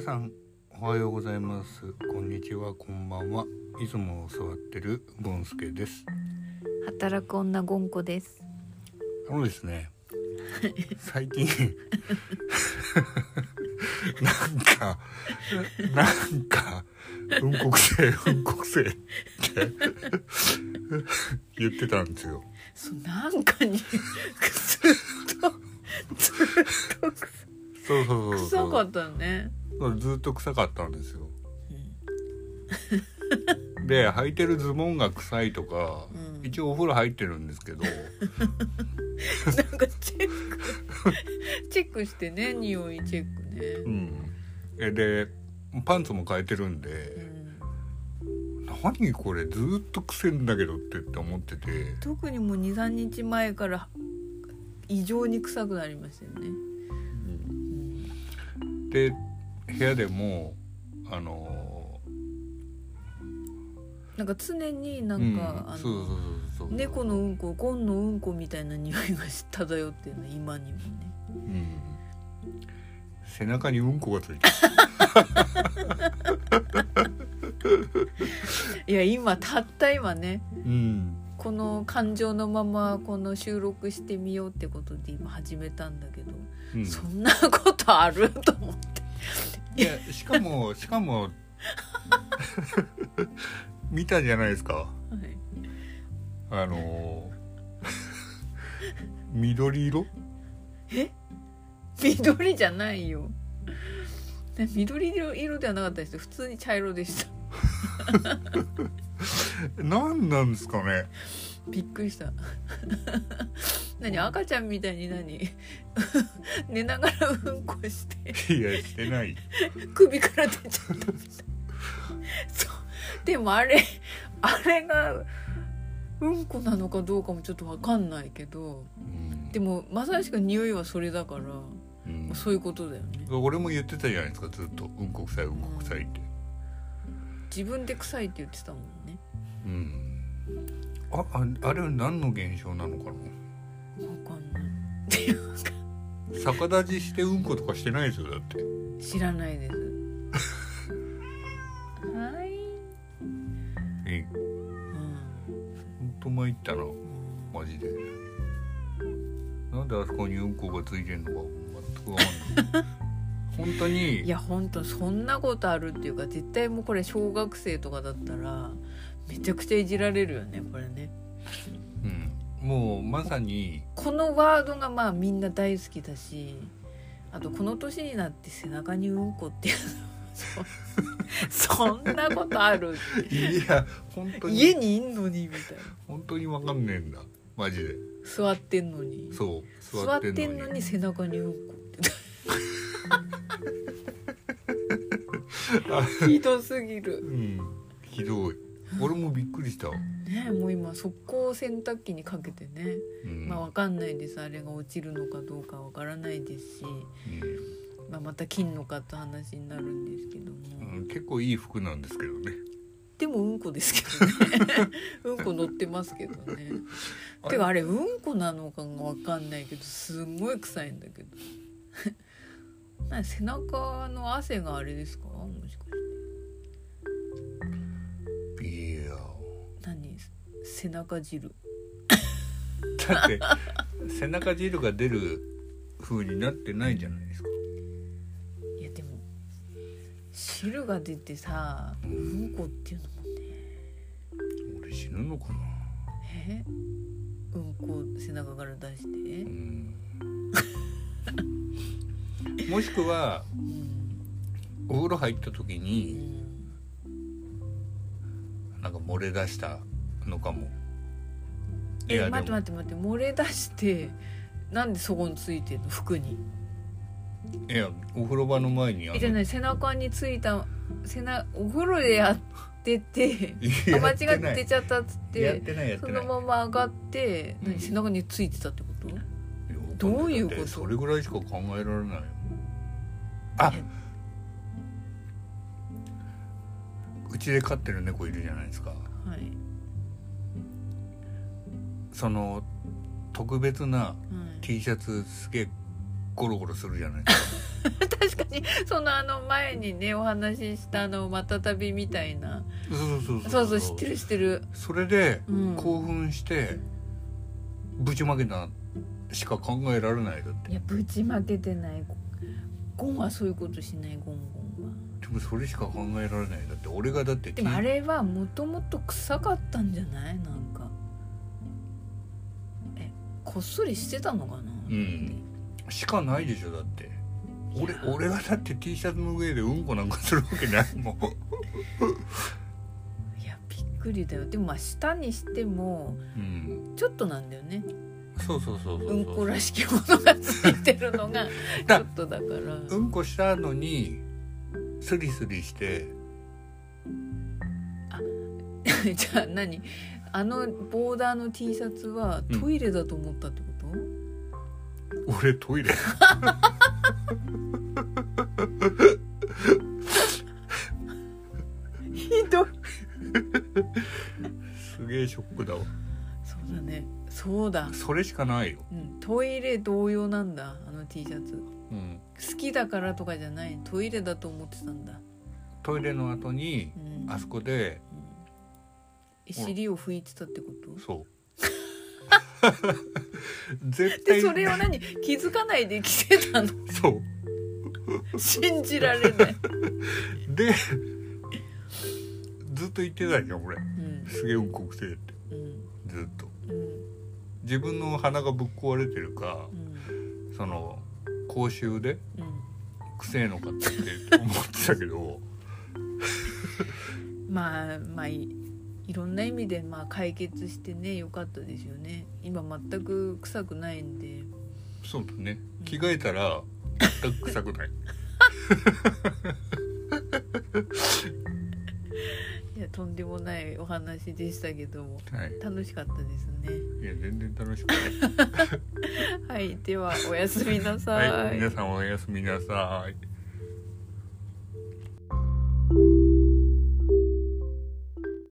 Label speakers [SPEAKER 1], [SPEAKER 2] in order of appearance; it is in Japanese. [SPEAKER 1] さんおはようございますこんにちはこんばんはいつも教わってるゴンスケです
[SPEAKER 2] 働く女ゴンコです。
[SPEAKER 1] あのですね最近 なんかなんかうんこくせえうんこくせえって言ってたんですよ
[SPEAKER 2] そうなんかにずっとずっとく
[SPEAKER 1] そうそうそう
[SPEAKER 2] 臭
[SPEAKER 1] そ
[SPEAKER 2] か
[SPEAKER 1] う
[SPEAKER 2] ったね。
[SPEAKER 1] ずっと臭かったんですよ
[SPEAKER 2] うん
[SPEAKER 1] で履いてるズボンが臭いとか、
[SPEAKER 2] うん
[SPEAKER 1] 一応お風呂入ってるんですけど
[SPEAKER 2] なんかチェックチェックしてね匂いチェック
[SPEAKER 1] う
[SPEAKER 2] ね。
[SPEAKER 1] ん、えでパンツも変えてるん
[SPEAKER 2] う
[SPEAKER 1] で
[SPEAKER 2] ん
[SPEAKER 1] 「何これずーっとくせんだけど」ってって思ってて
[SPEAKER 2] 特にもう23日前から異常に臭くなりましたよね。うん
[SPEAKER 1] で部屋でもあの
[SPEAKER 2] なんか常にな
[SPEAKER 1] ー
[SPEAKER 2] んか、
[SPEAKER 1] うんそ
[SPEAKER 2] あ
[SPEAKER 1] うそう
[SPEAKER 2] の
[SPEAKER 1] そうそう
[SPEAKER 2] 猫のうんこゴンのうんこみたいな匂いがし漂ってるの今にもね。
[SPEAKER 1] うん、背中にうんこがついてる
[SPEAKER 2] いや今たった今ね
[SPEAKER 1] うん
[SPEAKER 2] この感情のままこの収録してみようってことで今始めたんだけど、
[SPEAKER 1] うん
[SPEAKER 2] そんなことあると思って
[SPEAKER 1] いやしかもしかも 見たじゃないですか
[SPEAKER 2] はい
[SPEAKER 1] あ のー緑色
[SPEAKER 2] え緑じゃないよね緑色色ではなかったですよ普通に茶色でした
[SPEAKER 1] 何なんですかね
[SPEAKER 2] びっくりした何赤ちゃんみたいに何寝ながらうんこして
[SPEAKER 1] いやしてない
[SPEAKER 2] 首から出ちゃったみたいそうでもあれあれがうんこなのかどうかもちょっとわかんないけどでもまさしく匂いはそれだから
[SPEAKER 1] うん
[SPEAKER 2] そういうことだよね
[SPEAKER 1] 俺も言ってたじゃないですかずっと「うんこ臭いうんこ臭い」って
[SPEAKER 2] 自分で臭いって言ってたもんね
[SPEAKER 1] うんあああれは何の現象なのかな
[SPEAKER 2] わかんないっていうか
[SPEAKER 1] 逆立ちしてうんことかしてないですよだって
[SPEAKER 2] 知らないですはい
[SPEAKER 1] え
[SPEAKER 2] うん
[SPEAKER 1] ほんと参ったなマジでなんであそこにうんこがついてんのか全くわかんない 本当に
[SPEAKER 2] いや本当そんなことあるっていうか絶対もうこれ小学生とかだったらめちゃくちゃいじられるよねこれね
[SPEAKER 1] うん、もうまさに
[SPEAKER 2] このワードがまあみんな大好きだしあとこの年になって背中にうんこっていうそそんなことあ る
[SPEAKER 1] いや本当
[SPEAKER 2] 家
[SPEAKER 1] に
[SPEAKER 2] にいんのにみたいな
[SPEAKER 1] 本当にわかんねえんだマジで
[SPEAKER 2] 座ってんのに
[SPEAKER 1] そう
[SPEAKER 2] 座ってんのに背中にうんこってひどすぎる
[SPEAKER 1] うん、ひどい。俺もびっくりした。
[SPEAKER 2] ねえもう今速攻洗濯機にかけてね
[SPEAKER 1] うん、
[SPEAKER 2] まあわかんないですあれが落ちるのかどうかわからないですし、
[SPEAKER 1] う
[SPEAKER 2] まあ、また金のかって話になるんですけども、
[SPEAKER 1] ん、うん結構いい服なんですけどね。
[SPEAKER 2] でもうんこですけどね うんこ乗ってますけど ね
[SPEAKER 1] あれ
[SPEAKER 2] てかあれうんこなのかがわかんないけどすんごい臭いんだけど なに背中の汗があれですかもしかし
[SPEAKER 1] いや、
[SPEAKER 2] て何背中汁
[SPEAKER 1] だって背中汁が出る風になってないじゃないですか。
[SPEAKER 2] いやでも汁が出てさうんこっていうのも
[SPEAKER 1] 俺死ぬのかな。
[SPEAKER 2] ねうんこ背中から出して
[SPEAKER 1] う、 ん。もしくは
[SPEAKER 2] うん
[SPEAKER 1] お風呂入った時
[SPEAKER 2] う
[SPEAKER 1] に
[SPEAKER 2] ん、
[SPEAKER 1] なんか漏れ出したのかも。い
[SPEAKER 2] え
[SPEAKER 1] や
[SPEAKER 2] 待って
[SPEAKER 1] でも
[SPEAKER 2] 待って待って漏れ出してなんでそこについてんの服に
[SPEAKER 1] いやお風呂場の前にあ
[SPEAKER 2] えじゃ
[SPEAKER 1] の
[SPEAKER 2] ない背中についた背中お風呂でやってて
[SPEAKER 1] い
[SPEAKER 2] あ
[SPEAKER 1] や
[SPEAKER 2] 間違って
[SPEAKER 1] や
[SPEAKER 2] 出ちゃったっつっ
[SPEAKER 1] やっててないやっ
[SPEAKER 2] そ
[SPEAKER 1] てな
[SPEAKER 2] の
[SPEAKER 1] い。
[SPEAKER 2] まま上がって、
[SPEAKER 1] うん
[SPEAKER 2] 何背中についてたってこと
[SPEAKER 1] ど
[SPEAKER 2] ど
[SPEAKER 1] う
[SPEAKER 2] う
[SPEAKER 1] い
[SPEAKER 2] いうう
[SPEAKER 1] こ
[SPEAKER 2] ことと
[SPEAKER 1] それぐらいしか考えられないあ
[SPEAKER 2] え
[SPEAKER 1] うちで飼ってる猫いるじゃないですか
[SPEAKER 2] はい、
[SPEAKER 1] その特別な
[SPEAKER 2] はい、
[SPEAKER 1] T シャツすげえゴロゴロするじゃないですか
[SPEAKER 2] 確確かにそのあの前にねお話ししたあの「また旅」みたいな
[SPEAKER 1] そうそうそう
[SPEAKER 2] そうそう知ってる知ってる
[SPEAKER 1] それで、
[SPEAKER 2] うん
[SPEAKER 1] 興奮してぶちまけたしか考えられないだって
[SPEAKER 2] いやぶちまけてないゴンはそういうことしないゴンゴンは
[SPEAKER 1] でもそれしか考えられないだって俺がだって
[SPEAKER 2] でもあ
[SPEAKER 1] ティー
[SPEAKER 2] れはもともと臭かったんじゃないなんかえこっそりしてたのかな、
[SPEAKER 1] うんしかないでしょだって俺俺がだって T シャツの上でうんこなんかするわけないもん
[SPEAKER 2] いやびっくりだよでもまあ舌にしても
[SPEAKER 1] うん
[SPEAKER 2] ちょっとなんだよね
[SPEAKER 1] そうそうそうそうそう
[SPEAKER 2] うんこらしきものがついてるのがちょ
[SPEAKER 1] だ
[SPEAKER 2] っとだから
[SPEAKER 1] うんこしたのにスリスリして
[SPEAKER 2] じゃあ何あのボーダーの T シャツは
[SPEAKER 1] うん
[SPEAKER 2] トイレだと思ったってこと、
[SPEAKER 1] 俺トイレ
[SPEAKER 2] ひどい
[SPEAKER 1] すげえショックだわ
[SPEAKER 2] そうだねそうだ、
[SPEAKER 1] それしかないよ、
[SPEAKER 2] うん、トイレ同様なんだあの T シャツ
[SPEAKER 1] うん、
[SPEAKER 2] 好きだからとかじゃないトイレだと思ってたんだ、
[SPEAKER 1] トイレの後に
[SPEAKER 2] うん、
[SPEAKER 1] あそこで
[SPEAKER 2] 尻を拭いてたってこと
[SPEAKER 1] そう絶対
[SPEAKER 2] でそれを何気づかないで着て たの
[SPEAKER 1] そう
[SPEAKER 2] 信じられない、
[SPEAKER 1] でずっと言ってたじゃん俺
[SPEAKER 2] うん
[SPEAKER 1] すげえうんこくせえって
[SPEAKER 2] うん
[SPEAKER 1] ずっと
[SPEAKER 2] うん
[SPEAKER 1] 自分の鼻がぶっ壊れてるか
[SPEAKER 2] うん
[SPEAKER 1] その口臭で
[SPEAKER 2] う
[SPEAKER 1] くせえのかって思ってたけど
[SPEAKER 2] んまあまあいいろんな意味でまあ解決してね良かったですよね今全く臭くないんで
[SPEAKER 1] そうだね着替えたら全く臭くない
[SPEAKER 2] いやとんでもないお話でしたけども
[SPEAKER 1] はい
[SPEAKER 2] 楽しかったですね
[SPEAKER 1] いや全然楽しくない
[SPEAKER 2] はいではおやすみなさ
[SPEAKER 1] はい、皆さんおやすみなさい。